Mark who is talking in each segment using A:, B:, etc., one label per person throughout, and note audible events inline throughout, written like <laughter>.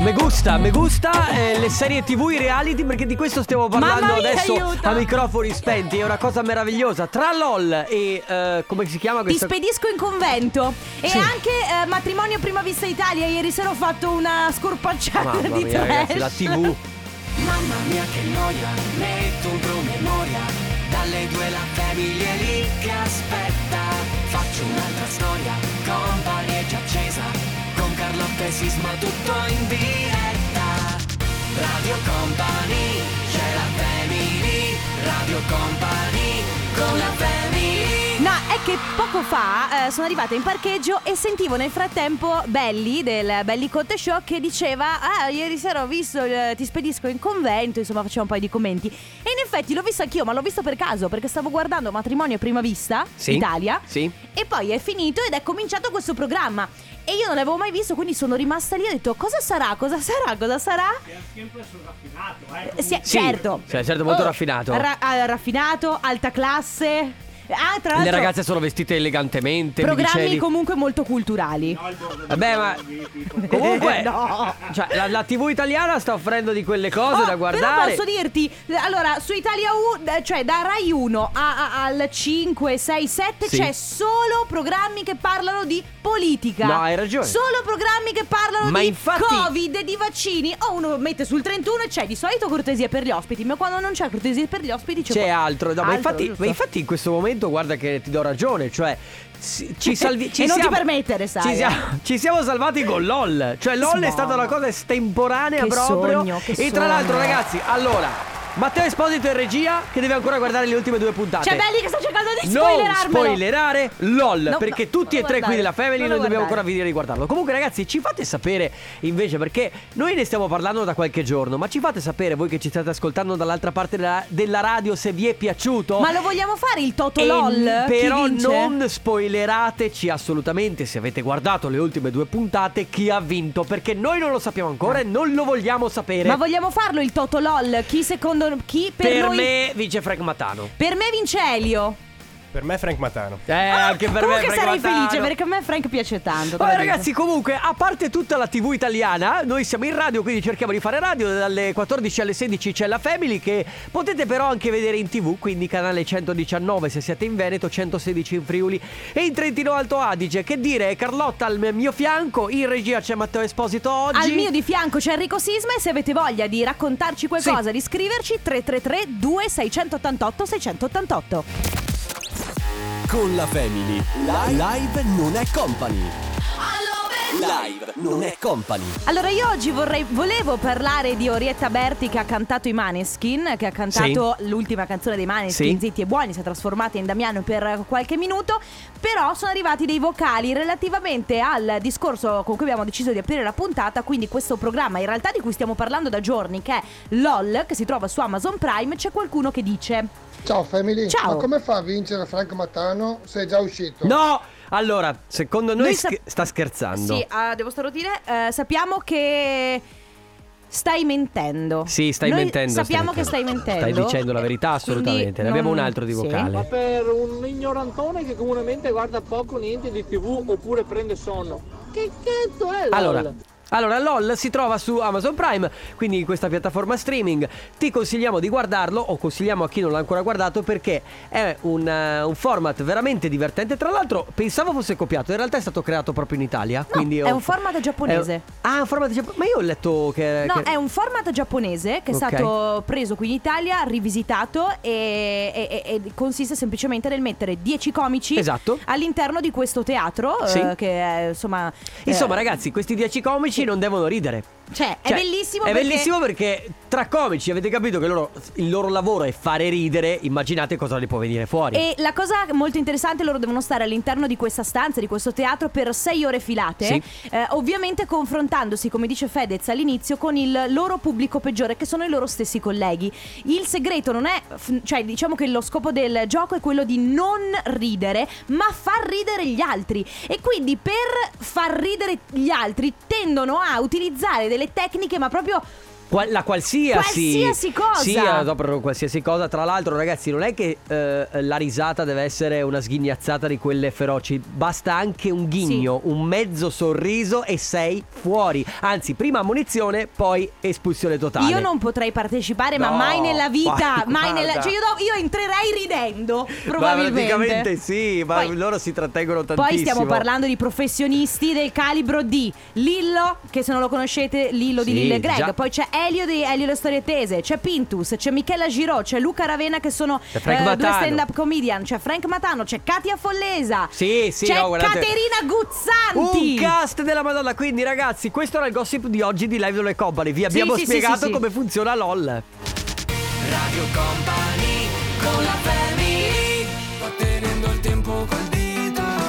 A: me gusta, me gusta eh, le serie tv, i reality, perché di questo stiamo parlando
B: Mamma mia,
A: adesso
B: aiuto!
A: a microfoni spenti. È una cosa meravigliosa. Tra LOL e eh, come si chiama
B: Ti
A: questa?
B: spedisco in convento. E
A: Sì.
B: anche eh, Matrimonio a Prima Vista Italia. Ieri sera ho fatto una scorpacciata
A: Mamma
B: di
A: mia,
B: trash.
A: ragazzi, la TV.
C: Mamma mia che noia, metto un promemoria Dalle due la famiglia è lì che aspetta Faccio un'altra storia, company è già accesa Con Carlotta e Sisma tutto in diretta Radio Company, c'è la family Radio Company, con la family
B: No, è che poco fa eh, sono arrivata in parcheggio e sentivo nel frattempo Belli del Belli Conte Show che diceva Ah, ieri sera ho visto, il- ti spedisco in convento, insomma faceva un paio di commenti E in effetti l'ho visto anch'io, ma l'ho visto per caso perché stavo guardando Matrimonio a Prima Vista,
A: Sì.
B: Italia
A: Sì.
B: E poi è finito ed è cominciato questo programma E io non l'avevo mai visto, quindi sono rimasta lì e ho detto cosa sarà, cosa sarà, cosa sarà Sì,
A: Sì,
B: certo
A: cioè, certo, molto raffinato.
B: ra- ah, Raffinato, alta classe Ah, tra
A: Le
B: l'altro-
A: ragazze sono vestite elegantemente. mi
B: Programmi
A: dicevi.
B: comunque molto culturali. <laughs>
A: Vabbè, ma. Comunque.
B: No.
A: Cioè, la, la TV italiana sta offrendo di quelle cose
B: Oh,
A: da guardare.
B: Però posso dirti, allora, su Italia 1, cioè da Rai 1 a- a- al 5, 6, 7
A: Sì.
B: c'è solo programmi che parlano di politica.
A: No, hai ragione.
B: Solo programmi che parlano
A: Ma
B: di
A: infatti-
B: Covid, di vaccini. O uno mette sul 31 e c'è di solito cortesia per gli ospiti, ma quando non c'è cortesia per gli ospiti c'è
A: C'è
B: po-
A: altro, no, ma, infatti,
B: giusto?
A: ma infatti in questo momento guarda che ti do ragione, cioè si- ci salvi- ci
B: Eh, E non ti
A: siamo-
B: permettere, sai,
A: Ci
B: eh.
A: siamo, ci siamo salvati con LOL, cioè LOL è
B: Sì,
A: stata
B: mamma.
A: una cosa estemporanea
B: Che
A: proprio
B: sogno, che
A: E tra l'altro
B: sogno.
A: ragazzi, allora, Matteo Esposito in regia che deve ancora guardare le ultime due puntate
B: C'è Belli che sta cercando di
A: non
B: spoilerarmelo.
A: spoilerare LOL
B: No,
A: perché
B: no,
A: tutti e
B: non lo
A: tre qui
B: guardare,
A: della Family
B: non
A: noi
B: lo
A: dobbiamo
B: guardare.
A: ancora finire di guardarlo. Comunque ragazzi, ci fate sapere invece perché noi ne stiamo parlando da qualche giorno, ma ci fate sapere voi che ci state ascoltando dall'altra parte della, della radio se vi è piaciuto.
B: Ma lo vogliamo fare il Toto
A: E
B: LOL? Chi
A: però
B: vince?
A: non spoilerateci assolutamente se avete guardato le ultime due puntate chi ha vinto perché noi non lo sappiamo ancora e non lo vogliamo sapere.
B: Ma vogliamo farlo il Toto LOL? Chi secondo chi per,
A: per
B: noi
A: me vince Frank Matano.
B: Per me vince Elio.
D: Per me Frank Matano.
A: Eh, anche per me
B: Ah, Comunque
A: Frank
B: sarei
A: Matano.
B: felice perché a me Frank piace tanto. te
A: Vabbè
B: lo dico.
A: ragazzi comunque a parte tutta la tv italiana Noi siamo in radio quindi cerchiamo di fare radio Dalle 14 alle 16 c'è la Family Che potete però anche vedere in tv Quindi canale 119 se siete in Veneto 116 in Friuli e in Trentino Alto Adige Che dire Carlotta al mio fianco In regia c'è Matteo Esposito oggi
B: Al mio di fianco c'è Enrico Sisma e se avete voglia di raccontarci qualcosa, di scriverci 333 2688 688.
E: Con la Family. Live, non è company. Live non è company.
B: Allora io oggi vorrei, volevo parlare di Orietta Berti che ha cantato i Maneskin, che ha cantato l'ultima canzone dei Maneskin,
A: Sì.
B: Zitti e Buoni, si è trasformata in Damiano per qualche minuto, però sono arrivati dei vocali relativamente al discorso con cui abbiamo deciso di aprire la puntata, quindi questo programma in realtà di cui stiamo parlando da giorni, che è LOL, che si trova su Amazon Prime, c'è qualcuno che dice...
F: Ciao Family,
B: Ciao.
F: ma come fa a vincere Franco Mattano se è già uscito?
A: No allora secondo noi
B: Lui sa-
A: sch- sta scherzando
B: Sì, ah, devo solo dire, eh, sappiamo che stai mentendo.
A: Sì, stai
B: Noi
A: mentendo.
B: Sappiamo
A: stai
B: che stai mentendo.
A: Stai dicendo la verità,
B: Eh,
A: assolutamente.
B: quindi
A: Ne abbiamo
B: non-
A: un altro di
B: sì.
A: vocale.
G: per un ignorantone che comunemente guarda poco niente di tv oppure prende sonno. Che cazzo è LOL?
A: Allora. Allora, LOL si trova su Amazon Prime, quindi in questa piattaforma streaming. Ti consigliamo di guardarlo o consigliamo a chi non l'ha ancora guardato perché è un, eh, un format veramente divertente. Tra l'altro, pensavo fosse copiato, in realtà è stato creato proprio in Italia. quindi
B: è
A: ho-
B: un format giapponese.
A: è- Ah, un format giapponese. Ma io ho letto che...
B: No,
A: che-
B: è un format giapponese che è
A: Ok.
B: stato preso qui in Italia, rivisitato e, e- e- e consiste semplicemente nel mettere 10 comici
A: Esatto.
B: all'interno di questo teatro eh,
A: Sì.
B: che è, insomma...
A: Insomma,
B: eh,
A: ragazzi, questi 10 comici non devono ridere.
B: Cioè, è
A: Cioè,
B: bellissimo
A: È
B: perché...
A: bellissimo perché tra comici avete capito che loro- il loro lavoro è fare ridere, immaginate cosa ne può venire fuori.
B: E la cosa molto interessante, loro devono stare all'interno di questa stanza, di questo teatro, per sei ore filate.
A: Sì.
B: Eh, ovviamente confrontandosi, come dice Fedez all'inizio, con il loro pubblico peggiore, che sono i loro stessi colleghi. Il segreto non è, f- cioè diciamo che lo scopo del gioco è quello di non ridere, ma far ridere gli altri. E quindi per far ridere gli altri tendono a utilizzare delle tecniche, ma proprio
A: Qual- la qualsiasi
B: Qualsiasi cosa.
A: Sì, eh, proprio qualsiasi cosa Tra l'altro ragazzi non è che eh, la risata deve essere una sghignazzata di quelle feroci Basta anche un ghigno, un mezzo sorriso e sei fuori Anzi prima ammonizione poi espulsione totale
B: Io non potrei partecipare, ma
A: No,
B: mai nella vita.
A: guarda.
B: mai nella- cioè, io, do- io entrerei ridendo, probabilmente.
A: Ma praticamente sì, ma
B: Poi-
A: loro si trattengono tantissimo
B: Poi stiamo parlando di professionisti del calibro di Lillo, che se non lo conoscete, Lillo di
A: Sì,
B: Lillo e Greg.
A: già.
B: Poi c'è Elio di Elio e le storie tese, c'è Pintus, c'è Michela Giro, c'è Luca Ravena che sono eh,
A: C'è Frank
B: due
A: Matano.
B: stand-up comedian, c'è Frank Matano, c'è Katia Follesa.
A: Sì, sì,
B: c'è
A: no, guardate.
B: Caterina
A: Un
B: Guzzanti.
A: cast della Madonna, quindi ragazzi, questo era il gossip di oggi di Live Dole Company. Vi abbiamo
B: sì, sì,
A: spiegato
B: sì, sì.
A: come funziona LOL.
C: Radio Company con la family Va tenendo il tempo col dito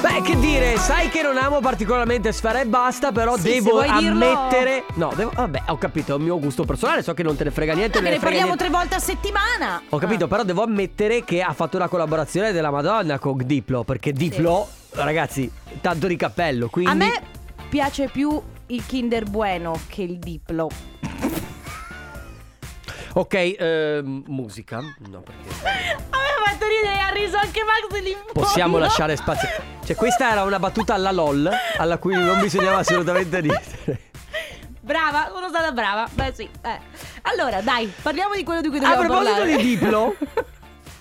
A: Beh, che dire, sai che non amo particolarmente Sfera e basta, però
B: Sì,
A: devo
B: se vuoi dirlo-
A: ammettere. No, devo. Vabbè, ho capito, è un mio gusto personale, so che non te ne frega niente.
B: No,
A: non
B: che Ah, ne
A: frega
B: parliamo Ah. tre
A: niente.
B: volte a settimana.
A: Ho capito, però devo ammettere che ha fatto una collaborazione della Madonna con Diplo, perché Diplo, ragazzi, tanto di cappello, quindi...
B: A me piace più il Kinder Bueno che il <laughs> Diplo.
A: Ok, ehm, musica. No, perché...
B: Aveva fatto ridere, ha riso anche Max lì. in fondo. <laughs>
A: Possiamo lasciare spazio. Cioè, questa era una battuta alla LOL, alla cui non bisognava assolutamente <laughs> ridere.
B: Brava, sono stata brava. Beh, sì. eh. Allora, dai, parliamo di quello di cui
A: A
B: dobbiamo parlare. Eh. <laughs>
A: proposito di Diplo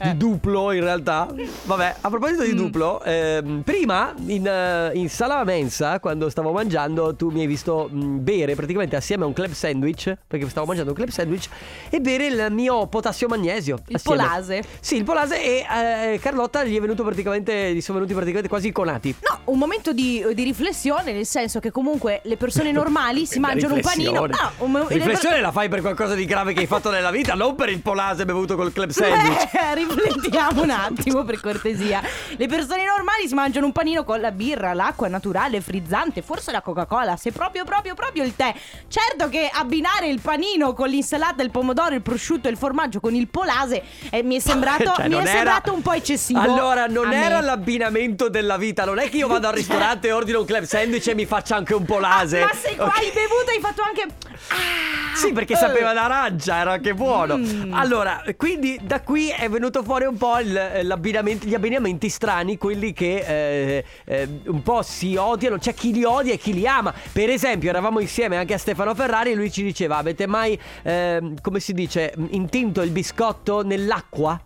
A: Di duplo in realtà Vabbè a proposito
B: Mm.
A: di duplo ehm, Prima in, eh, in sala a mensa Quando stavo mangiando Tu mi hai visto mh, bere praticamente assieme a un club sandwich Perché stavo mangiando un club sandwich E bere il mio potassio magnesio
B: Il
A: assieme.
B: polase.
A: Sì il polase E eh, Carlotta gli è venuto praticamente Gli sono venuti praticamente quasi iconati
B: No, un momento di, di riflessione, nel senso che comunque le
A: <laughs>
B: persone normali si mangiano un panino.
A: Riflessione.
B: No, un mo- le
A: Riflessione la fai per qualcosa di grave che hai fatto nella vita, non per il polase bevuto col club
B: per-
A: sandwich.
B: <laughs> Eh, Riflettiamo un attimo per cortesia. Le persone normali si mangiano un panino con la birra, l'acqua naturale, frizzante, forse la Coca-Cola, se proprio proprio proprio il tè. Certo che abbinare il panino con l'insalata, il pomodoro, il prosciutto e il formaggio con il polase eh,
A: <laughs>
B: mi è sembrato,
A: Cioè,
B: mi è
A: non era-
B: sembrato un po' eccessivo.
A: Allora, non
B: a me.
A: era l'abbinamento della vita. Non è che io vado al ristorante,
B: <laughs>
A: ordino un club sandwich e mi faccia anche un polase.
B: Ah, Ma se qua
A: Ok.
B: hai bevuto hai fatto anche Ah,
A: Sì,
B: eh.
A: perché sapeva d'arancia, era anche buono.
B: Mm.
A: Allora, quindi da qui è venuto fuori un po' il- l'abbinamento- gli abbinamenti strani, quelli che eh, eh, un po' si odiano. C'è chi li odia e chi li ama. Per esempio, eravamo insieme anche a Stefano Ferrari e lui ci diceva: Avete mai, ehm, come si dice, intinto il biscotto nell'acqua?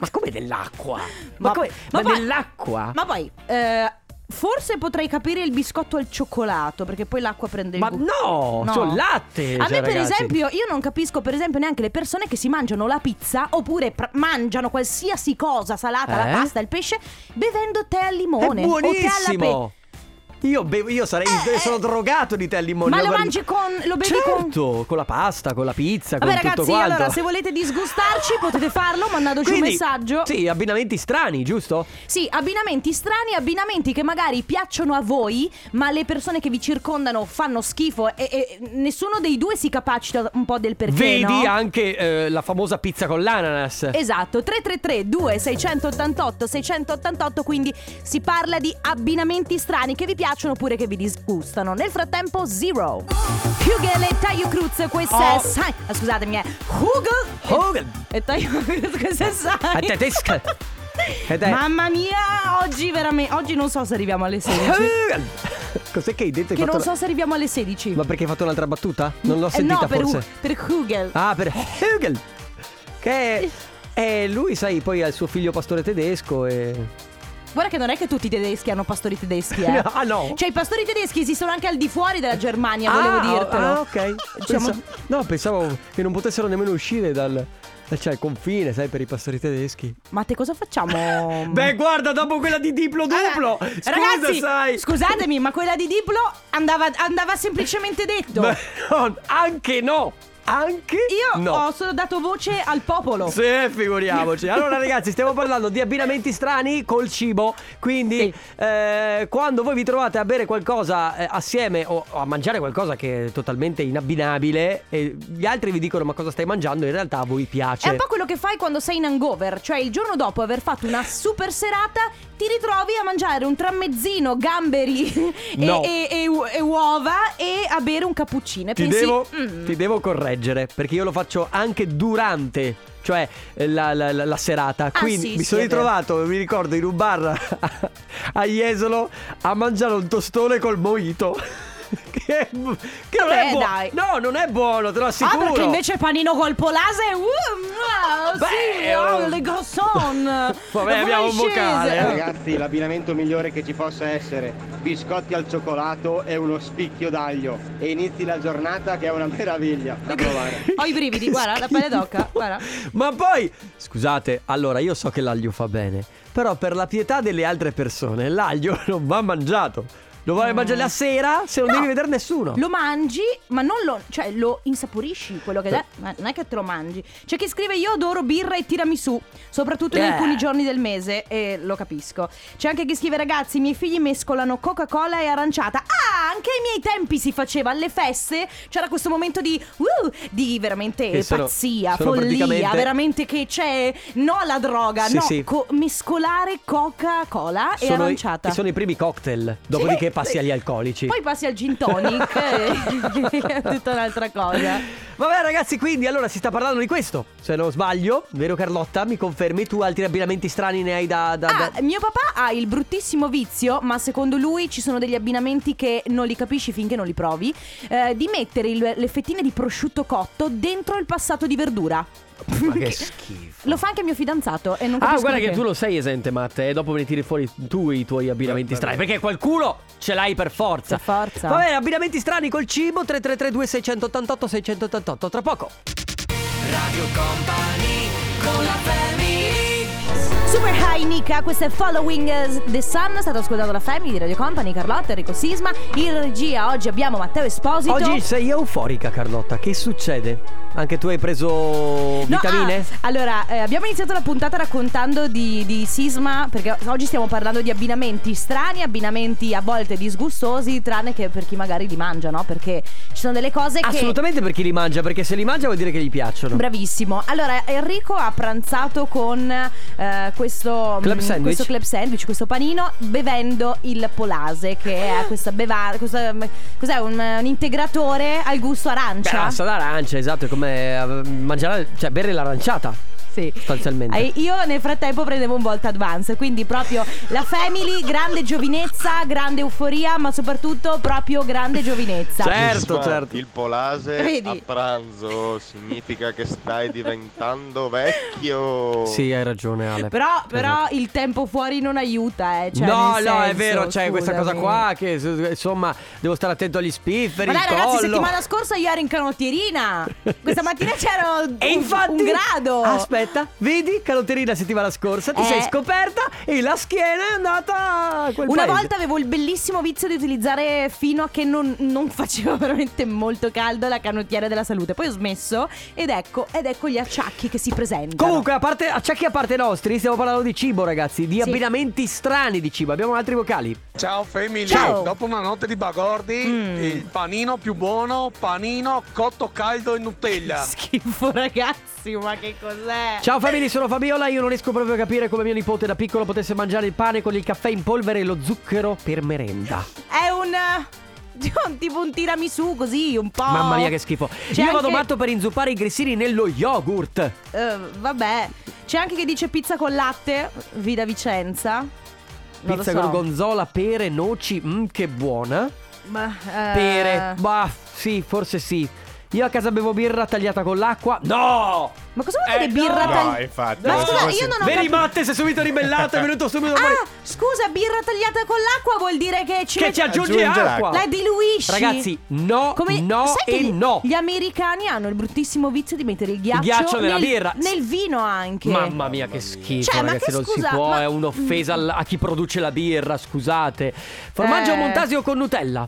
A: Ma come nell'acqua? Ma, come? Ma,
B: poi-
A: nell'acqua?
B: Ma poi eh, Forse potrei capire il biscotto al cioccolato perché poi l'acqua prende il
A: Ma
B: gusto.
A: no, sul latte,
B: A
A: cioè,
B: me per
A: ragazzi.
B: esempio, io non capisco per esempio neanche le persone che si mangiano la pizza oppure pr- mangiano qualsiasi cosa salata,
A: Eh?
B: la pasta, il pesce bevendo tè al
A: È
B: limone o tè alla
A: buonissimo. Io, bevo, io sarei,
B: Eh,
A: sono
B: eh.
A: drogato di tè al limone.
B: Ma
A: io
B: lo
A: per-
B: mangi con- lo bevi
A: certo,
B: con-
A: con la pasta, con la pizza,
B: Vabbè
A: con tutto
B: ragazzi,
A: quanto.
B: allora se volete disgustarci potete farlo mandandoci un
A: Quindi,
B: messaggio.
A: Sì, abbinamenti strani, giusto?
B: Sì, abbinamenti strani, abbinamenti che magari piacciono a voi, ma le persone che vi circondano fanno schifo e, e nessuno dei due si capacita un po' del perché.
A: Vedi
B: no?
A: anche eh, la famosa pizza con l'ananas.
B: Esatto, 333 2688 688, quindi si parla di abbinamenti strani che vi piacciono oppure che vi disgustano. Nel frattempo Zero. Hugel e Taio Cruz, questa è
A: Oh.
B: Sai- ah, Scusatemi, è Hugel
A: Hogan.
B: e Taio Cruz, questa è Sai.
A: Oh,
B: <laughs>
A: È tedesca. Ed è- <laughs>
B: Mamma mia, oggi veramente oggi non so se arriviamo alle 16.
A: Hogan. Cos'è che hai detto? Hai
B: Che
A: Eh, fatto
B: non
A: una-
B: so se arriviamo alle 16.
A: Ma perché hai fatto un'altra battuta? Non l'ho
B: Eh,
A: sentita
B: no, per,
A: forse.
B: per Hugel.
A: Ah, per Hegel.
B: <laughs>
A: Che è, è lui, sai, poi ha il suo figlio pastore tedesco e...
B: Guarda che non è che tutti i tedeschi hanno pastori tedeschi, eh.
A: <laughs> Ah, no.
B: Cioè, i pastori tedeschi esistono anche al di fuori della Germania, volevo
A: ah,
B: dirtelo.
A: Ah, ok.
B: Diciamo-
A: Pensa- No, pensavo che non potessero nemmeno uscire dal... Cioè, il confine, sai, per i pastori tedeschi.
B: Ma te cosa facciamo?
A: <laughs> Beh, guarda, dopo quella di Diplo Duplo. Scusa,
B: Ragazzi,
A: sai.
B: scusatemi, ma quella di Diplo andava, andava semplicemente detto.
A: Beh, no, anche no. Anche
B: Io
A: no.
B: ho solo dato voce al popolo.
A: Sì, figuriamoci. Allora, ragazzi, stiamo parlando di abbinamenti strani col cibo. Quindi,
B: Sì.
A: eh, quando voi vi trovate a bere qualcosa eh, assieme o, o a mangiare qualcosa che è totalmente inabbinabile, e gli altri vi dicono ma cosa stai mangiando, in realtà a voi piace.
B: È un po' quello che fai quando sei in hangover, cioè il giorno dopo aver fatto una super serata ti ritrovi a mangiare un trammezzino, gamberi <laughs> e,
A: No.
B: e- e u- e uova e a bere un cappuccino. E
A: Ti
B: pensi,
A: devo,
B: "Mm,
A: ti devo correggere, perché io lo faccio anche durante. Cioè eh, la, la- la- la serata.
B: Ah,
A: Quindi
B: sì,
A: mi
B: sì,
A: sono
B: è vero.
A: ritrovato, mi ricordo, in un bar <laughs> a- a Jesolo a mangiare un tostone col mojito. <laughs> che è bu- che non
B: Vabbè,
A: è buono.
B: Eh, dai.
A: No, non è buono, te lo
B: Ah,
A: assicuro.
B: perché invece panino col polase? Uh, wow, sì,
A: Beh,
B: wow,
A: oh.
B: le grosson.
A: Vabbè, abbiamo un vocale, eh.
D: Ragazzi, l'abbinamento migliore che ci possa essere, biscotti al cioccolato e uno spicchio d'aglio. E inizi la giornata che è una meraviglia. Da provare.
B: Ho i brividi,
A: Che
B: guarda, la pelle
A: schifo. <laughs>
B: d'occa, guarda.
A: Ma poi, scusate, allora io so che l'aglio fa bene, però per la pietà delle altre persone l'aglio <laughs> non va mangiato. Lo vuoi mangiare la sera se non
B: No.
A: devi vedere nessuno.
B: Lo mangi, ma non lo. cioè lo insaporisci quello che dà. Ma non è che te lo mangi. C'è chi scrive: Io adoro birra e tiramisù, soprattutto in
A: Eh.
B: alcuni giorni del mese, e lo capisco. C'è anche chi scrive: Ragazzi, i miei figli mescolano Coca-Cola e aranciata. Ah, anche ai miei tempi si faceva alle feste. C'era questo momento di. uh, di veramente
A: Che sono-
B: pazzia,
A: sono
B: follia,
A: praticamente-
B: veramente che c'è. No alla droga,
A: Sì,
B: no.
A: sì.
B: co- mescolare Coca-Cola e
A: sono, i,
B: aranciata.
A: sono i primi cocktail,
B: Sì,
A: dopodiché passi
B: sì.
A: agli alcolici.
B: Poi passi al gin tonic e- è <laughs> tutta un'altra cosa.
A: <laughs> Vabbè ragazzi, quindi allora si sta parlando di questo, se non sbaglio, vero Carlotta? Mi confermi tu altri abbinamenti strani ne hai da... da- da-
B: Ah, mio papà ha il bruttissimo vizio, ma secondo lui ci sono degli abbinamenti che non li capisci finché non li provi, eh, di mettere il- le fettine di prosciutto cotto dentro il passato di verdura. Ah,
A: Ma
B: <laughs>
A: che schifo.
B: Lo fa anche mio fidanzato e non
A: Ah,
B: capisco
A: guarda
B: perché.
A: che tu lo sei esente, Matt, e dopo me ne tiri fuori tu i tuoi abbinamenti strani, perché qualcuno ce l'hai per forza.
B: Per forza.
A: Va bene, abbinamenti strani col cibo 3332 688 688 tra poco.
B: Super High Nika, questo è Following eh, the Sun, state ascoltando la Family di Radio Company, Carlotta, Enrico Sisma, in regia oggi abbiamo Matteo Esposito.
A: Oggi sei euforica, Carlotta. Che succede? Anche tu hai preso
B: No,
A: vitamine?
B: ah, allora, eh, abbiamo iniziato la puntata raccontando di, di sisma, perché oggi stiamo parlando di abbinamenti strani, abbinamenti a volte disgustosi, tranne che per chi magari li mangia, no? Perché ci sono delle cose che...
A: Assolutamente per chi li mangia, perché se li mangia vuol dire che gli piacciono.
B: Bravissimo. Allora, Enrico ha pranzato con eh, questo,
A: Club
B: mm,
A: sandwich.
B: questo club sandwich, questo panino, bevendo il polase,
A: Ah.
B: che è questa bevanda. Questa, mm, cos'è? Un, un integratore al gusto arancia.
A: Cassa Cioè, d'arancia, esatto, è come eh, mangiare, cioè bere l'aranciata.
B: Sì.
A: Sostanzialmente.
B: Eh, Io nel frattempo prendevo un Volt Advance, quindi proprio la family, grande giovinezza, grande euforia, ma soprattutto proprio grande giovinezza.
A: Certo, certo.
H: Il polase
B: Vedi?
H: a pranzo significa che stai diventando vecchio.
A: Sì, hai ragione, Ale.
B: Però, però
A: Esatto.
B: il tempo fuori non aiuta, eh. cioè,
A: no, no,
B: nel
A: è
B: senso,
A: vero, c'è questa cosa
B: scusami.
A: qua che insomma devo stare attento agli spifferi,
B: Ma dai,
A: il
B: ragazzi,
A: collo.
B: settimana scorsa io ero in canottierina.
A: <laughs>
B: Questa mattina c'era un,
A: E infatti,
B: un grado.
A: Aspetta, vedi, calotterina settimana scorsa, ti
B: Eh.
A: sei scoperta e la schiena è andata a quel
B: Una
A: paese.
B: volta avevo il bellissimo vizio di utilizzare fino a che non, non faceva <laughs> veramente molto caldo la canottiera della salute. Poi ho smesso ed ecco, ed ecco gli acciacchi che si presentano.
A: Comunque, a parte, acciacchi a parte nostri, stiamo parlando di cibo, ragazzi, di
B: Sì.
A: abbinamenti strani di cibo. Abbiamo altri vocali.
I: Ciao family,
B: Ciao.
I: dopo una notte di bagordi,
B: Mm.
I: il panino più buono, panino cotto caldo e Nutella.
B: <laughs> Schifo ragazzi, ma che cos'è?
A: Ciao famiglia, sono Fabiola. Io non riesco proprio a capire come mio nipote da piccolo potesse mangiare il pane con il caffè in polvere e lo zucchero per merenda.
B: È un... eh, <laughs> un- tipo un tiramisù così, un po'...
A: Mamma mia, che schifo.
B: Oh. C'è
A: Io vado
B: anche-
A: matto per inzuppare i grissini nello yogurt.
B: Eh, vabbè, c'è anche chi dice pizza con latte, Vida Vicenza. Non lo
A: Pizza
B: so.
A: gorgonzola, pere, noci, mmm, che buona.
B: Ma, eh,
A: Pere, bah, sì, forse sì. Io a casa bevo birra tagliata con l'acqua. No!
B: Ma cosa vuol dire birra tagli-
H: No, infatti.
B: Ma
H: non si
B: scusa,
H: può
B: io
H: sentire.
B: non ho
A: Veri
B: capito-
A: Matte si è subito ribellato, è venuto subito fuori.
B: Ah, scusa, birra tagliata con l'acqua vuol dire che ci
A: che
B: metti-
A: ci aggiunge
H: aggiunge
A: acqua.
B: La diluisci.
A: Oh. Ragazzi, no,
B: Come-
A: no
B: sai che
A: e
B: gli-
A: no.
B: Gli americani hanno il bruttissimo vizio di mettere il ghiaccio,
A: ghiaccio nella
B: nel,
A: birra.
B: Nel vino anche.
A: Mamma mia, che schifo,
B: Cioè, ma
A: ragazzi,
B: che
A: non
B: scusa,
A: si può,
B: ma- Mm.
A: è un'offesa al- a chi produce la birra, scusate. Formaggio
B: Eh.
A: montasio con Nutella.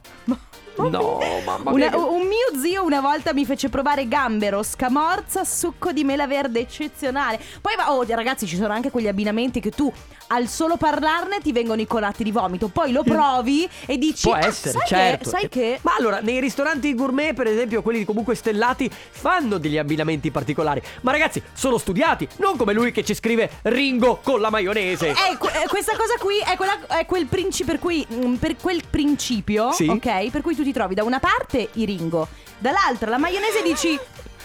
A: No, mamma mia.
B: Oh, Una- un mio zio una volta mi fece provare gambero, scamorza, succo di mela verde eccezionale. Poi, va- oh, ragazzi, ci sono anche quegli abbinamenti che tu al solo parlarne ti vengono i colatti di vomito. Poi lo provi e dici:
A: Mm. Può
B: "Ah,
A: essere,
B: sai
A: certo.
B: Che, sai che.
A: Ma allora, nei ristoranti gourmet, per esempio, quelli comunque stellati, fanno degli abbinamenti particolari. Ma ragazzi, sono studiati, non come lui che ci scrive Ringo con la maionese.
B: Eh, que- eh, questa cosa qui è, quella- è quel principio per cui mm, per quel principio,
A: Sì.
B: ok? Per cui tu ti trovi da una parte i ringo, dall'altra la maionese e dici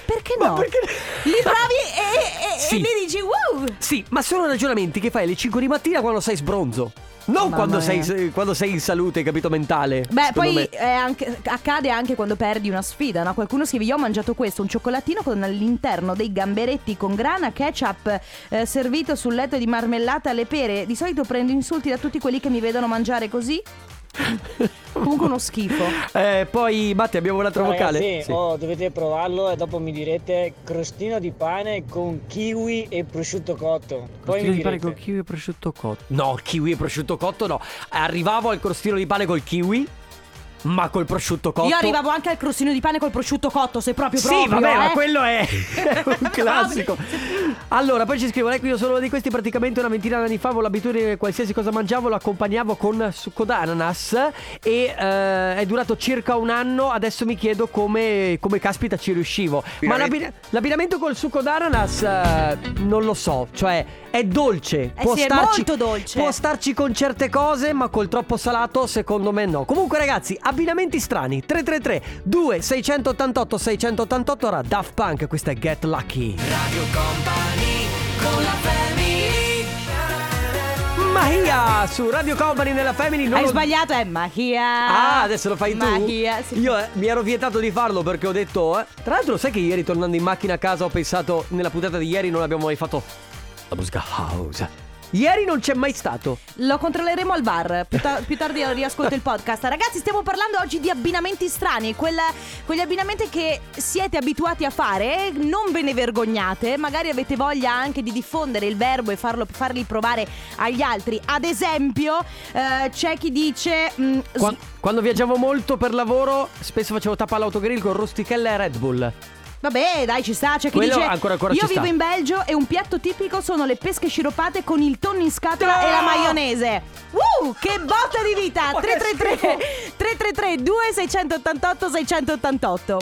B: Perché
A: Ma
B: no?
A: perché- <laughs>
B: Li provi e, e- e,
A: Sì.
B: ne dici wow!
A: Sì, ma sono ragionamenti che fai alle 5 di mattina quando sei sbronzo. Non
B: Mamma
A: quando
B: mia.
A: sei, quando sei in salute, capito, mentale.
B: Beh,
A: secondo
B: poi
A: me.
B: è anche- accade anche quando perdi una sfida, no? Qualcuno scrive: Io ho mangiato questo, un cioccolatino con all'interno dei gamberetti con grana, ketchup, eh, servito sul letto di marmellata alle pere. Di solito prendo insulti da tutti quelli che mi vedono mangiare
A: <laughs>
B: così. Comunque uno schifo.
A: Eh, poi, Matti, abbiamo un altro vocale.
J: Ragazzi,
A: Sì.
J: oh, dovete provarlo e dopo mi direte crostino di pane con kiwi e prosciutto cotto. Poi
A: Crostino
J: mi
A: di pane
J: direte.
A: col kiwi e prosciutto cotto. No, kiwi e prosciutto cotto no. Arrivavo al crostino di pane col kiwi, ma col prosciutto cotto.
B: Io arrivavo anche al crostino di pane col prosciutto cotto, se proprio
A: Sì,
B: proprio.
A: vabbè, ma
B: eh.
A: quello è
B: <laughs>
A: <laughs> è un classico. Allora, poi ci scrivono, ecco io sono uno di questi, praticamente una ventina d'anni fa avevo l'abitudine che qualsiasi cosa mangiavo lo accompagnavo con succo d'ananas e eh, è durato circa un anno, adesso mi chiedo come, come caspita ci riuscivo. Ma
H: Finalmente-
A: l'abbina- l'abbinamento col succo d'ananas eh, non lo so, cioè è dolce,
B: Eh sì, è molto dolce.
A: può starci con certe cose, ma col troppo salato secondo me no. Comunque ragazzi, abbinamenti strani 333 2688 688 ora Daft Punk, questa è Get Lucky. Mahia su Radio Company nella Family non
B: Hai
A: lo-
B: sbagliato, eh, Mahia.
A: Ah, adesso lo fai tu?
B: Mahia, sì.
A: Io eh, mi ero vietato di farlo perché ho detto eh. Tra l'altro sai che ieri tornando in macchina a casa ho pensato Nella puntata di ieri non abbiamo mai fatto La musica house Ieri non c'è mai stato
B: Lo controlleremo al bar. Più, ta- più tardi riascolto il podcast. Ragazzi, stiamo parlando oggi di abbinamenti strani. quella- quegli abbinamenti che siete abituati a fare. Non ve ne vergognate. Magari avete voglia anche di diffondere il verbo e farlo- farli provare agli altri. Ad esempio, eh, c'è chi dice. mm, s-
A: Qua- Quando viaggiavo molto per lavoro, spesso facevo tappa all'autogrill con rustichella e Red Bull.
B: Vabbè, dai, ci sta. C'è chi
A: Quello
B: dice:
A: ancora- ancora
B: Io
A: ci
B: vivo
A: sta."
B: in Belgio e un piatto tipico sono le pesche sciropate con il tonno in scatola e la maionese. Uh, che botta di vita!
A: <laughs> Ma che
B: 333 <laughs> 333 2688 688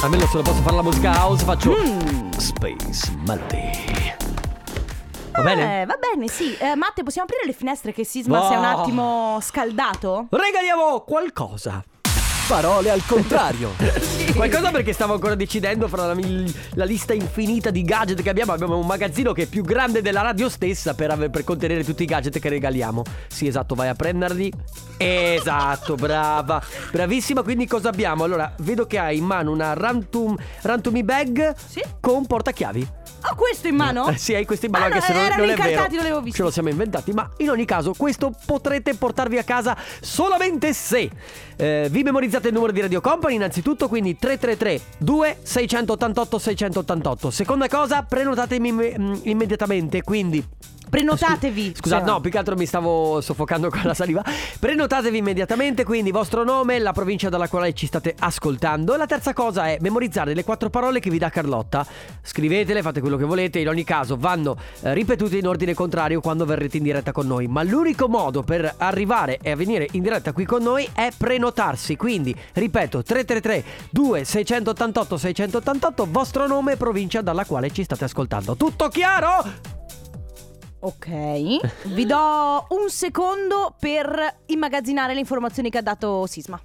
A: Almeno se lo posso fare la musica house, faccio Space Melody. Va bene?
B: Eh, va bene, sì. Eh, Matte, possiamo aprire le finestre che Sisma
A: Boh.
B: si è un attimo scaldato?
A: Regaliamo qualcosa.
E: Parole al contrario.
A: Qualcosa perché stavo ancora decidendo fra la, il- la lista infinita di gadget che abbiamo. Abbiamo un magazzino che è più grande della radio stessa per, ave- per contenere tutti i gadget che regaliamo. Sì, esatto, vai a prenderli. Esatto, <laughs> brava. Bravissima, quindi cosa abbiamo? Allora, vedo che hai in mano una Rantum, Rantumi bag
B: Sì.
A: con portachiavi.
B: Ho questo in mano?
A: Eh, sì, hai questi in mano,
B: Ah,
A: anche
B: no,
A: se non,
B: erano
A: non è
B: incartati,
A: vero.
B: non li avevo visti.
A: Ce lo siamo inventati, ma in ogni caso, questo potrete portarvi a casa solamente se eh, vi memorizzate il numero di Radio Company, innanzitutto, quindi 333 2688 688. Seconda cosa, prenotatemi imme- mm, immediatamente, quindi
B: Prenotatevi.
A: Scusa,
B: Cioè,
A: no, più che altro mi stavo soffocando con la saliva. Prenotatevi immediatamente, quindi vostro nome, la provincia dalla quale ci state ascoltando. La terza cosa è memorizzare le quattro parole che vi dà Carlotta. Scrivetele, fate quello che volete, in ogni caso vanno eh, ripetute in ordine contrario quando verrete in diretta con noi. Ma l'unico modo per arrivare e a venire in diretta qui con noi è prenotarsi. Quindi, ripeto, 333 2688 688, vostro nome e provincia dalla quale ci state ascoltando. Tutto chiaro?
B: Ok. Vi do un secondo per immagazzinare le informazioni che ha dato Sisma.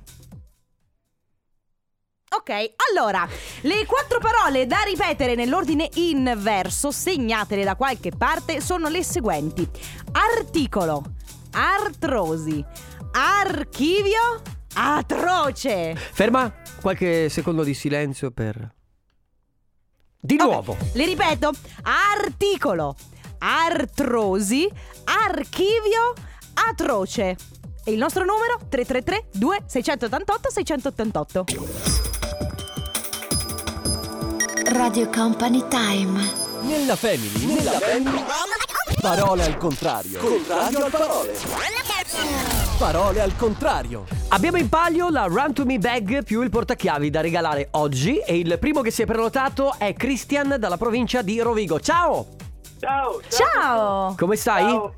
B: Ok, allora, le quattro parole da ripetere nell'ordine inverso, segnatele da qualche parte, sono le seguenti. Articolo, artrosi, archivio, atroce.
A: Ferma, qualche secondo di silenzio per... Di nuovo.
B: Vabbè, le ripeto: articolo, artrosi, archivio, atroce. E il nostro numero 333 2688 688.
K: Radio Company Time.
E: Nella family, nella family. Parole al contrario. Contrario al parole. Parole al contrario.
A: Abbiamo in palio la Run to Me Bag più il portachiavi da regalare oggi e il primo che si è prenotato è Christian dalla provincia di Rovigo. Ciao!
L: Ciao,
B: Ciao!
A: Come stai?
L: Ciao.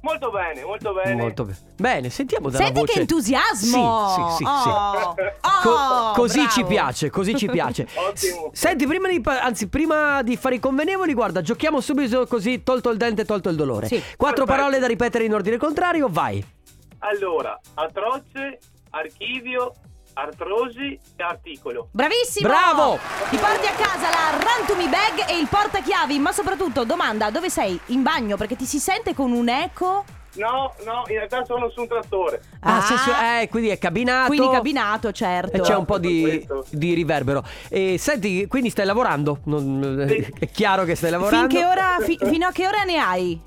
L: Molto bene, molto bene.
A: Molto bene. Bene, sentiamo dalla
B: Senti
A: voce.
B: che entusiasmo!
A: Sì, sì, sì. sì.
B: Oh,
A: Co-
B: oh,
A: così
B: bravo.
A: ci piace, così ci piace.
B: <laughs>
L: Ottimo.
A: S- Senti, prima di, pa- anzi, prima di fare i convenevoli, guarda, giochiamo subito così, tolto il dente, tolto il dolore.
B: Sì.
A: Quattro
L: Perfetto.
A: parole da ripetere in ordine contrario, vai.
L: Allora, atroce, archivio, artrosi e articolo.
B: Bravissimo!
L: Bravo!
B: Ti porti a casa la Rantumi Bag e il portachiavi, ma soprattutto domanda, dove sei? In bagno, perché ti si sente con un eco?
L: No, no, in realtà sono su un trattore.
B: Ah.
A: Ah, se su- eh, quindi è cabinato.
B: Quindi cabinato, certo.
A: E c'è un po' di, di riverbero. E senti, quindi stai lavorando? Non- È chiaro che stai lavorando.
B: Finché ora, fi- fino a che ora ne hai?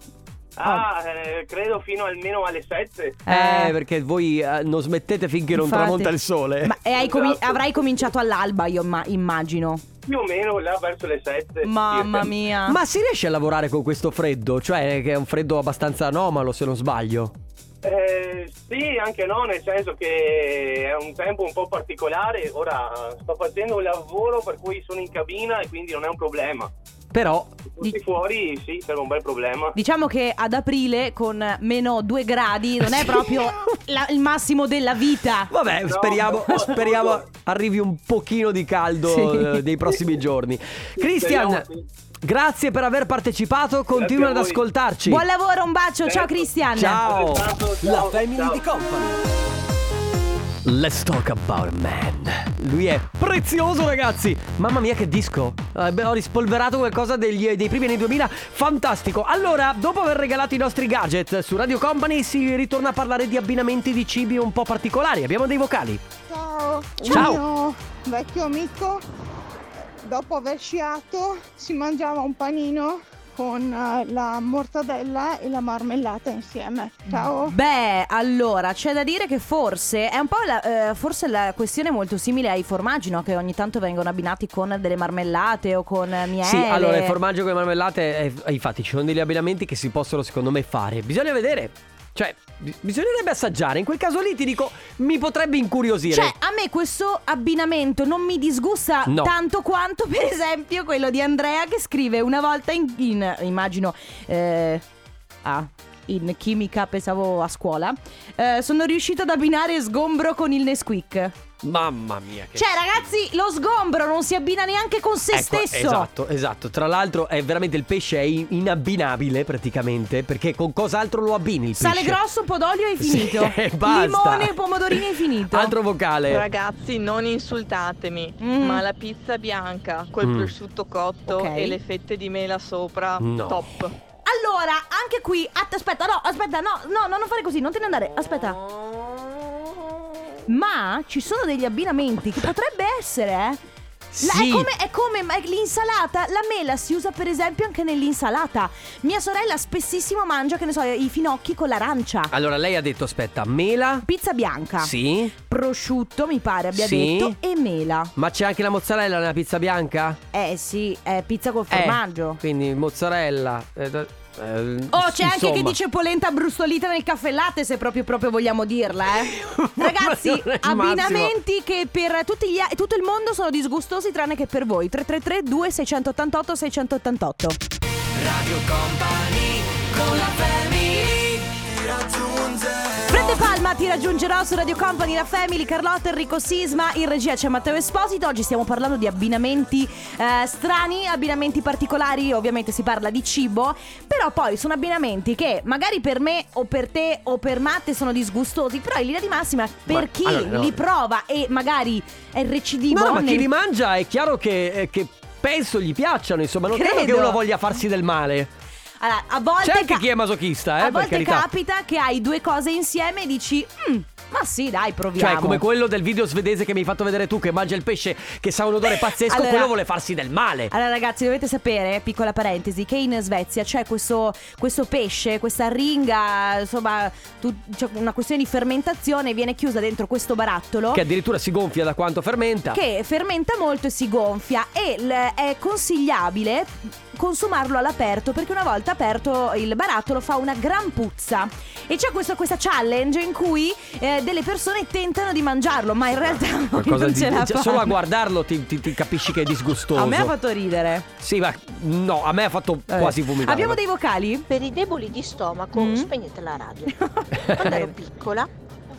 L: Ah, eh, credo fino almeno alle 7.
A: Eh, perché voi eh, non smettete finché non
B: Infatti.
A: tramonta il sole.
B: Ma e hai comi-
L: Esatto.
B: avrai cominciato all'alba, io ma- immagino.
L: Più o meno là verso le 7.
B: Mamma mia.
A: Ma si riesce a lavorare con questo freddo? Cioè, che è un freddo abbastanza anomalo, se non sbaglio.
L: Eh, sì, anche no, nel senso che è un tempo un po' particolare. Ora sto facendo un lavoro per cui sono in cabina e quindi non è un problema.
A: Però
L: Tutti fuori sì, sarà un bel problema.
B: Diciamo che ad aprile con meno 2 gradi non è proprio la- il massimo della vita.
A: Vabbè,
B: <laughs>
A: speriamo, speriamo arrivi un pochino di caldo
B: Sì.
A: eh, nei prossimi giorni. Christian,
B: Speriamo,
A: grazie per aver partecipato. Continua
B: a
A: ad
B: voi.
A: ascoltarci.
B: Buon lavoro, un bacio, ciao
A: Certo.
B: Cristian.
A: Ciao. La family di Company. Let's talk about man. Lui è prezioso, ragazzi. Mamma mia, che disco. Eh, beh, ho rispolverato qualcosa degli- dei primi anni 2000. Fantastico. Allora, dopo aver regalato i nostri gadget su Radio Company, si ritorna a parlare di abbinamenti di cibi un po' particolari. Abbiamo dei vocali.
M: Ciao,
A: Ciao.
M: un mio Oh, vecchio amico, dopo aver sciato, si mangiava un panino con eh, la mortadella e la marmellata insieme. Ciao.
B: Beh, allora c'è da dire che forse è un po' la, eh, forse la questione è molto simile ai formaggi, no? Che ogni tanto vengono abbinati con delle marmellate o con eh, miele.
A: Sì, allora il formaggio con le marmellate, eh, eh, infatti ci sono degli abbinamenti che si possono secondo me fare. Bisogna vedere, cioè bi- bisognerebbe assaggiare. In quel caso lì ti dico, mi potrebbe incuriosire.
B: Cioè, a me questo abbinamento non mi disgusta
A: No.
B: tanto quanto, per esempio, quello di Andrea che scrive una volta in, in- immagino, eh, ah, in chimica, pensavo a scuola, eh, sono riuscito ad abbinare sgombro con il Nesquik.
A: Mamma mia. Che...
B: Cioè, ragazzi, lo sgombro non si abbina neanche con se
A: Ecco,
B: stesso.
A: Esatto, esatto. Tra l'altro è veramente il pesce è in- inabbinabile praticamente, perché con cos'altro lo abbini il
B: Sale
A: pesce?
B: grosso, pomodoro hai finito.
A: <laughs> Sì, eh, basta.
B: Limone, pomodorini hai finito.
A: Altro vocale.
N: Ragazzi, non insultatemi,
B: Mm.
N: ma la pizza bianca col
A: Mm.
N: prosciutto cotto
B: Ok.
N: e le fette di mela sopra,
A: No.
N: top.
B: Allora, anche qui, att- aspetta, no, aspetta, no, no, no, non fare così, non te ne andare, aspetta. Ma ci sono degli abbinamenti che potrebbe essere, eh. La-
A: Sì.
B: È come, è come ma- l'insalata, la mela si usa per esempio anche nell'insalata. Mia sorella spessissimo mangia, che ne so, i finocchi con l'arancia.
A: Allora lei ha detto, aspetta, mela?
B: Pizza bianca.
A: Sì.
B: Prosciutto, mi pare abbia
A: Sì.
B: detto, e mela.
A: Ma c'è anche la mozzarella nella pizza bianca?
B: Eh sì, è pizza col
A: Eh,
B: formaggio.
A: quindi mozzarella. eh, eh,
B: Oh, c'è anche chi
A: insomma.
B: dice polenta brustolita nel caffè latte, se proprio, proprio vogliamo
A: <laughs>
B: dirla, eh. Ragazzi,
A: Ma non è il
B: abbinamenti che per tutti gli, tutto il mondo sono disgustosi, tranne che per voi. 333 2688 688
C: Radio Company con la family
B: Fred De Palma ti raggiungerò su Radio Company, la Family, Carlotta, Enrico Sisma, in regia c'è Matteo Esposito. Oggi stiamo parlando di abbinamenti eh, strani, abbinamenti particolari, ovviamente si parla di cibo, però poi sono abbinamenti che magari per me o per te o per Matte sono disgustosi, però in linea di massima per
A: Ma-
B: chi
A: allora, no.
B: li prova e magari è recidivo
A: No, no, ma chi
B: nel-
A: li mangia è chiaro che, eh, che penso gli piacciono, insomma, non credo,
B: Credo.
A: che uno voglia farsi del male.
B: Allora, a volte
A: C'è anche
B: ca-
A: chi è masochista, eh,
B: a
A: per
B: volte
A: carità.
B: capita che hai due cose insieme e dici "Mm, ma sì, dai, proviamo.
A: Cioè, come quello del video svedese che mi hai fatto vedere tu, che mangia il pesce che sa un odore pazzesco,
B: Allora-
A: quello vuole farsi del male.
B: Allora ragazzi dovete sapere, eh, piccola parentesi, che in Svezia c'è questo, questo pesce, questa ringa, insomma tu- c'è una questione di fermentazione, viene chiusa dentro questo barattolo.
A: Che addirittura si gonfia da quanto fermenta.
B: che fermenta molto e si gonfia e l- è consigliabile consumarlo all'aperto perché una volta aperto il barattolo fa una gran puzza e c'è questa, questa challenge in cui eh, delle persone tentano di mangiarlo ma in realtà
A: Qualcosa
B: <laughs> non
A: di-
B: ce la
A: cioè,
B: fanno.
A: solo a guardarlo ti, ti- ti capisci che è disgustoso.
B: a me ha fatto ridere
A: Sì, ma no, a me ha fatto
B: Eh.
A: quasi vomitare.
B: abbiamo dei vocali? Mm.
O: Per i deboli di stomaco spegnete la
B: <laughs>
O: radio. Quando ero piccola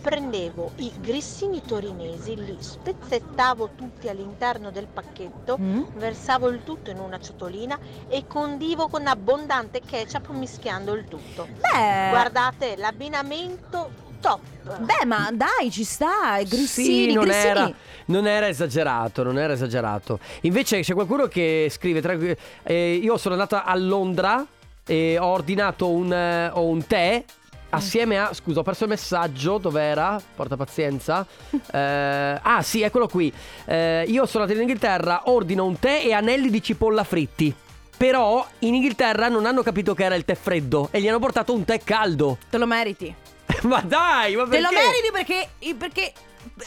O: prendevo i grissini torinesi, li spezzettavo tutti all'interno del pacchetto,
B: Mm.
O: versavo il tutto in una ciotolina e condivo con abbondante ketchup mischiando il tutto.
B: Beh.
O: Guardate, l'abbinamento top.
B: Beh, ma dai, ci sta. i Grissini,
A: Sì, non
B: grissini.
A: era, non era esagerato, non era esagerato. Invece c'è qualcuno che scrive, tra- eh, io sono andata a Londra e ho ordinato un, eh, ho un tè assieme a, scusa, ho perso il messaggio, dov'era?
B: <laughs>
A: Porta pazienza. Eh, ah sì, eccolo qui. Eh, io sono andata in Inghilterra, ordino un tè e anelli di cipolla fritti. Però in Inghilterra non hanno capito che era il tè freddo e gli hanno portato un tè caldo. <laughs>
B: Te lo meriti.
A: ma dai, ma
B: Te
A: perché?
B: lo meriti perché, perché.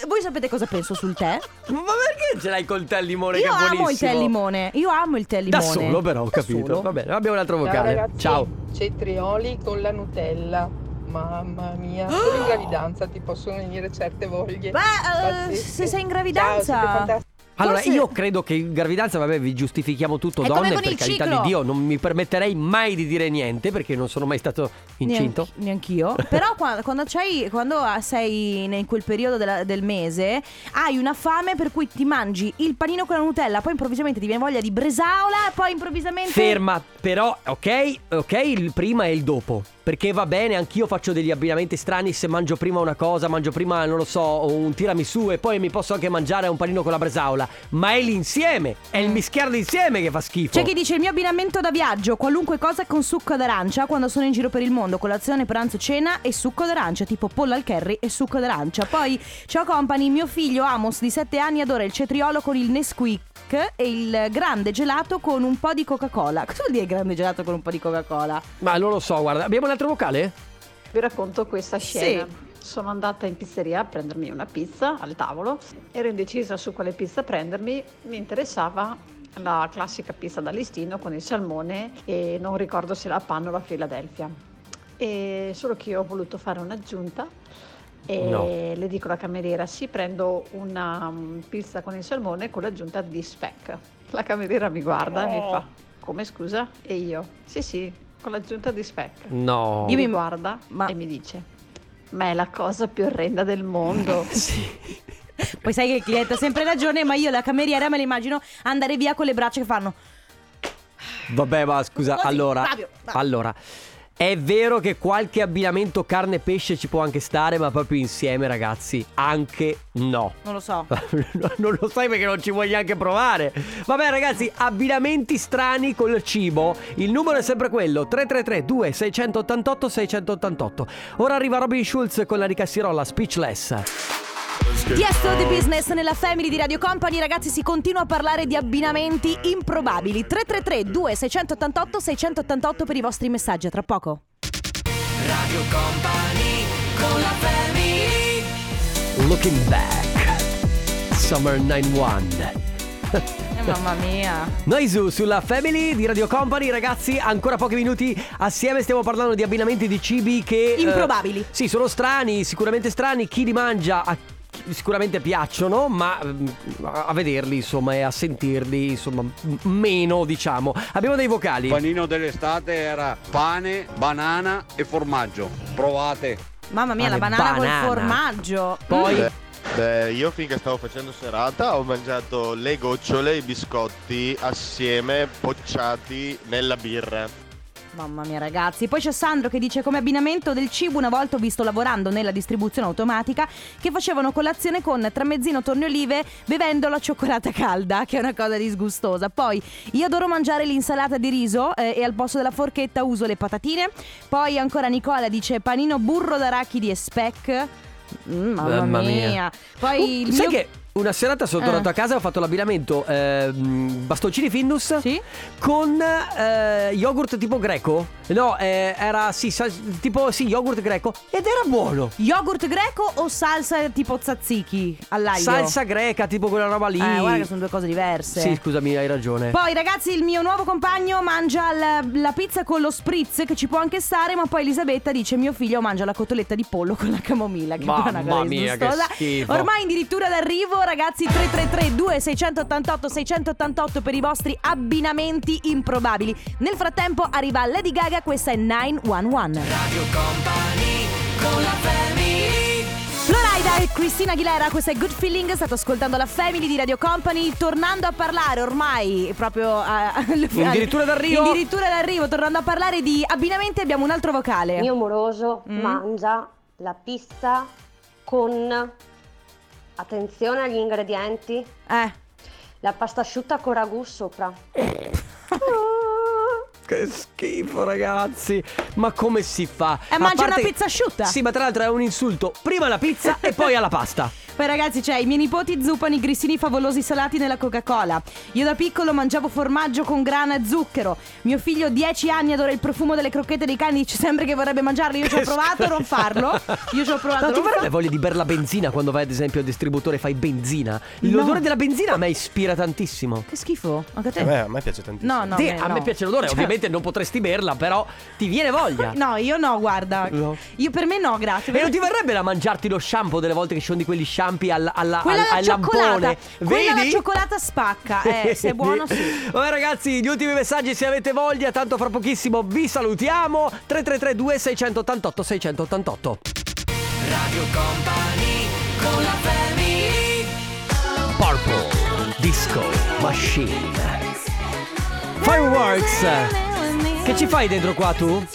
B: Voi sapete cosa penso sul tè?
A: Ma perché ce l'hai col tè al limone che
B: Io
A: è buonissimo?
B: amo il tè al limone. Io amo il tè al
A: Da
B: limone.
A: solo però, ho capito. Va bene, abbiamo un altro vocale. Ciao.
P: Cetrioli con la Nutella. Mamma
N: <gasps>
P: mia, solo in gravidanza ti possono venire certe voglie.
B: Ma eh, se sei in gravidanza.
A: Allora,
B: Forse-
A: io credo che in gravidanza, vabbè, vi giustifichiamo tutto,
B: È come
A: donne,
B: con
A: per
B: il
A: carità
B: ciclo.
A: di Dio, non mi permetterei mai di dire niente perché non sono mai stato incinto.
B: Neanch-
A: <laughs>
B: neanch'io. Però qua- quando, c'hai, quando ah, sei in quel periodo della- del mese, hai una fame per cui ti mangi il panino con la Nutella, poi improvvisamente ti viene voglia di bresaola, poi improvvisamente...
A: Ferma, però, ok, ok, il prima e il dopo. Perché va bene, anch'io faccio degli abbinamenti strani se mangio prima una cosa, mangio prima, non lo so, un tiramisù e poi mi posso anche mangiare un panino con la bresaola. Ma è l'insieme, è il mischiarlo insieme che fa schifo.
B: C'è chi dice il mio abbinamento da viaggio, qualunque cosa con succo d'arancia quando sono in giro per il mondo, colazione, pranzo, cena e succo d'arancia, tipo pollo al curry e succo d'arancia. Poi ciao company, mio figlio Amos di 7 anni adora il cetriolo con il Nesquik e il grande gelato con un po' di Coca-Cola. <laughs> Cosa vuol dire grande gelato con un po' di Coca-Cola?
A: Ma non lo so, guarda, abbiamo un altro vocale?
Q: Vi racconto questa
B: Sì.
Q: scena. Sono andata in pizzeria a prendermi una pizza al tavolo, ero indecisa su quale pizza prendermi, mi interessava la classica pizza da listino con il salmone e non ricordo se la panna o la Philadelphia. E solo che io ho voluto fare un'aggiunta
B: Eh.
Q: e
R: No.
Q: le dico alla cameriera sì prendo una mm, pizza con il salmone con l'aggiunta di speck. La cameriera mi guarda e mi fa come scusa? E io sì sì con l'aggiunta di speck.
A: No.
Q: Io mi guarda e mi dice: Ma è la cosa più orrenda del mondo.
B: Poi sai che il cliente ha sempre ragione, ma io la cameriera me la immagino andare via con le braccia che fanno.
A: Vabbè, ma scusa,
B: Così,
A: allora,
B: Fabio, dai.
A: allora, è vero che qualche abbinamento carne e pesce ci può anche stare, ma proprio insieme, ragazzi, anche no. <laughs>
B: Non lo so.
A: non lo sai perché non ci vuoi neanche provare. Vabbè, ragazzi, abbinamenti strani col cibo. Il numero è sempre quello: 333-2688-688. Ora arriva Robin Schulz con la ricasserola Speechless.
B: Tiesto di business nella family di Radio Company, ragazzi, si continua a parlare di abbinamenti improbabili. 333 2688 688 per i vostri messaggi, a tra poco.
C: Radio Company con la family
A: Looking back, Summer 91.
B: Eh, mamma mia.
A: Noi su, sulla Family di Radio Company, ragazzi, ancora pochi minuti assieme stiamo parlando di abbinamenti di cibi che... eh,
B: Improbabili.
A: sì, sono strani, sicuramente strani, chi li mangia a- chi- sicuramente piacciono, ma mm, a a vederli, insomma, e a sentirli, insomma, m- meno, diciamo. Abbiamo dei vocali.
I: Il panino dell'estate era pane, banana e formaggio. Provate.
B: Mamma mia, la
I: Pane,
B: banana,
I: banana.
B: col formaggio.
A: Mm?
H: Beh, beh, io finché stavo facendo serata ho mangiato le gocciole e i biscotti assieme pocciati nella birra.
A: Eh,
B: Mamma mia ragazzi, poi c'è Sandro che dice come abbinamento del cibo una volta ho visto lavorando nella distribuzione automatica che facevano colazione con tramezzino torne olive bevendo la cioccolata calda che è una cosa disgustosa. Poi io adoro mangiare l'insalata di riso eh, e al posto della forchetta uso le patatine. Poi ancora Nicola dice panino burro d'arachidi e speck. Mm, mamma,
A: Mamma mia.
B: Poi
A: Uh,
B: il
A: sai
B: mio...
A: che una serata sono
B: Eh.
A: tornato a casa e ho fatto l'abbinamento ehm, bastoncini Findus con eh, yogurt tipo greco. No, eh, era sì, sa- tipo sì, yogurt greco ed era buono.
B: Yogurt greco o salsa tipo tzatziki all'aglio?
A: Salsa greca, tipo quella roba lì.
B: Eh, guarda che sono due cose diverse.
A: Sì, scusami, hai ragione.
B: Poi ragazzi il mio nuovo compagno mangia la, la pizza con lo spritz che ci può anche stare ma poi Elisabetta dice mio figlio mangia la cotoletta di pollo con la camomilla che
A: Mamma
B: poi è una cosa
A: mia, che
B: disgustosa.
A: schifo.
B: Ormai addirittura d'arrivo ragazzi 333 2688 688 per i vostri abbinamenti improbabili. Nel frattempo arriva Lady Gaga, questa è 911.
C: Radio Company con la family
B: Florida e Cristina Aguilera, questa è Good Feeling, state ascoltando la Family di Radio Company, tornando a parlare ormai proprio eh, a... <laughs>
A: Addirittura d'arrivo.
B: Addirittura d'arrivo, tornando a parlare di abbinamenti abbiamo un altro vocale.
S: mio moroso mangia
R: la pizza con, attenzione agli ingredienti,
B: Eh.
R: la pasta asciutta con ragù sopra.
A: Che schifo, ragazzi. Ma come si fa?
B: Eh,
A: A
B: mangia una pizza asciutta.
A: Sì, ma tra l'altro è un insulto. Prima
B: <laughs>
A: alla pizza e poi alla pasta.
B: Poi ragazzi, cioè, i miei nipoti zuppano i grissini favolosi salati nella Coca-Cola. Io da piccolo mangiavo formaggio con grana e zucchero. Mio figlio, 10 anni, adora il profumo delle crocchette dei cani. Dice sempre che vorrebbe mangiarle. Io ci ho provato a non farlo. Io ci ho provato
A: Ma
B: a
A: tu
B: non
A: però hai
B: farlo.
A: voglia di berla benzina quando vai ad esempio al distributore e fai benzina? L'odore della benzina a me ispira tantissimo.
B: Che schifo, anche a te.
A: A me- a me piace tantissimo.
B: No, no,
A: Sì,
B: me
A: a me
B: no.
A: piace l'odore,
B: Cioè-
A: ovviamente non potresti berla, però ti viene voglia.
B: No, io no, guarda.
A: No.
B: Io per me no, grazie.
A: E non ti verrebbe da mangiarti lo shampoo delle volte che ci sono di quegli shampoo alla, alla,
B: Quella
A: al,
B: alla
A: al
B: cioccolata.
A: lampone?
B: Quella alla
A: Vedi?
B: cioccolata spacca.
A: <laughs>
B: Eh, se è buono sì.
A: Vabbè ragazzi, gli ultimi messaggi se avete voglia, tanto fra pochissimo vi salutiamo. 3332 688 688.
C: Radio Company con la family.
A: Purple Disco Machine. Fireworks. Che ci fai dentro qua tu?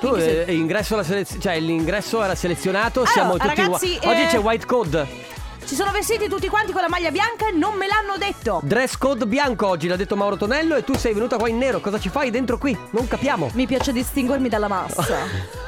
A: Tu eh, ingresso alla selez- cioè l'ingresso era selezionato, siamo tutti
B: Ah, ragazzi,
A: wa- Oggi
B: eh,
A: c'è white code.
B: Ci sono vestiti tutti quanti con la maglia bianca e non me l'hanno detto.
A: Dress code bianco oggi, l'ha detto Mauro Tonello e tu sei venuta qua in nero. Cosa ci fai dentro qui? Non
B: <laughs>
A: capiamo.
B: Mi piace distinguermi dalla massa.
A: Allora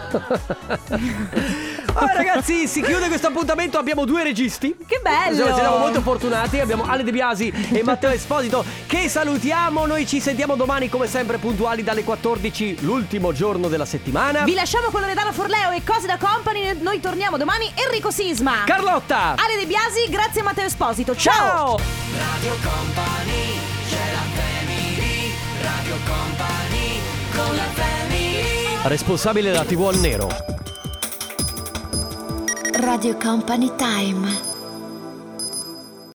A: Ah, ragazzi, si chiude questo appuntamento, abbiamo due registi.
B: Che bello!
A: Siamo- Siamo molto fortunati, abbiamo Ale De Biasi e Matteo Esposito che salutiamo. Noi ci sentiamo domani come sempre puntuali dalle 14, l'ultimo giorno della settimana.
B: Vi lasciamo con Loredana Forleo e Cose da Company. Noi torniamo domani. Enrico Sisma.
A: Carlotta!
B: Ale De Biasi, grazie a Matteo Esposito.
A: Ciao!
C: Radio Company, c'è la family. Radio Company con la family.
A: Responsabile della TV al nero.
K: Radio Company Time.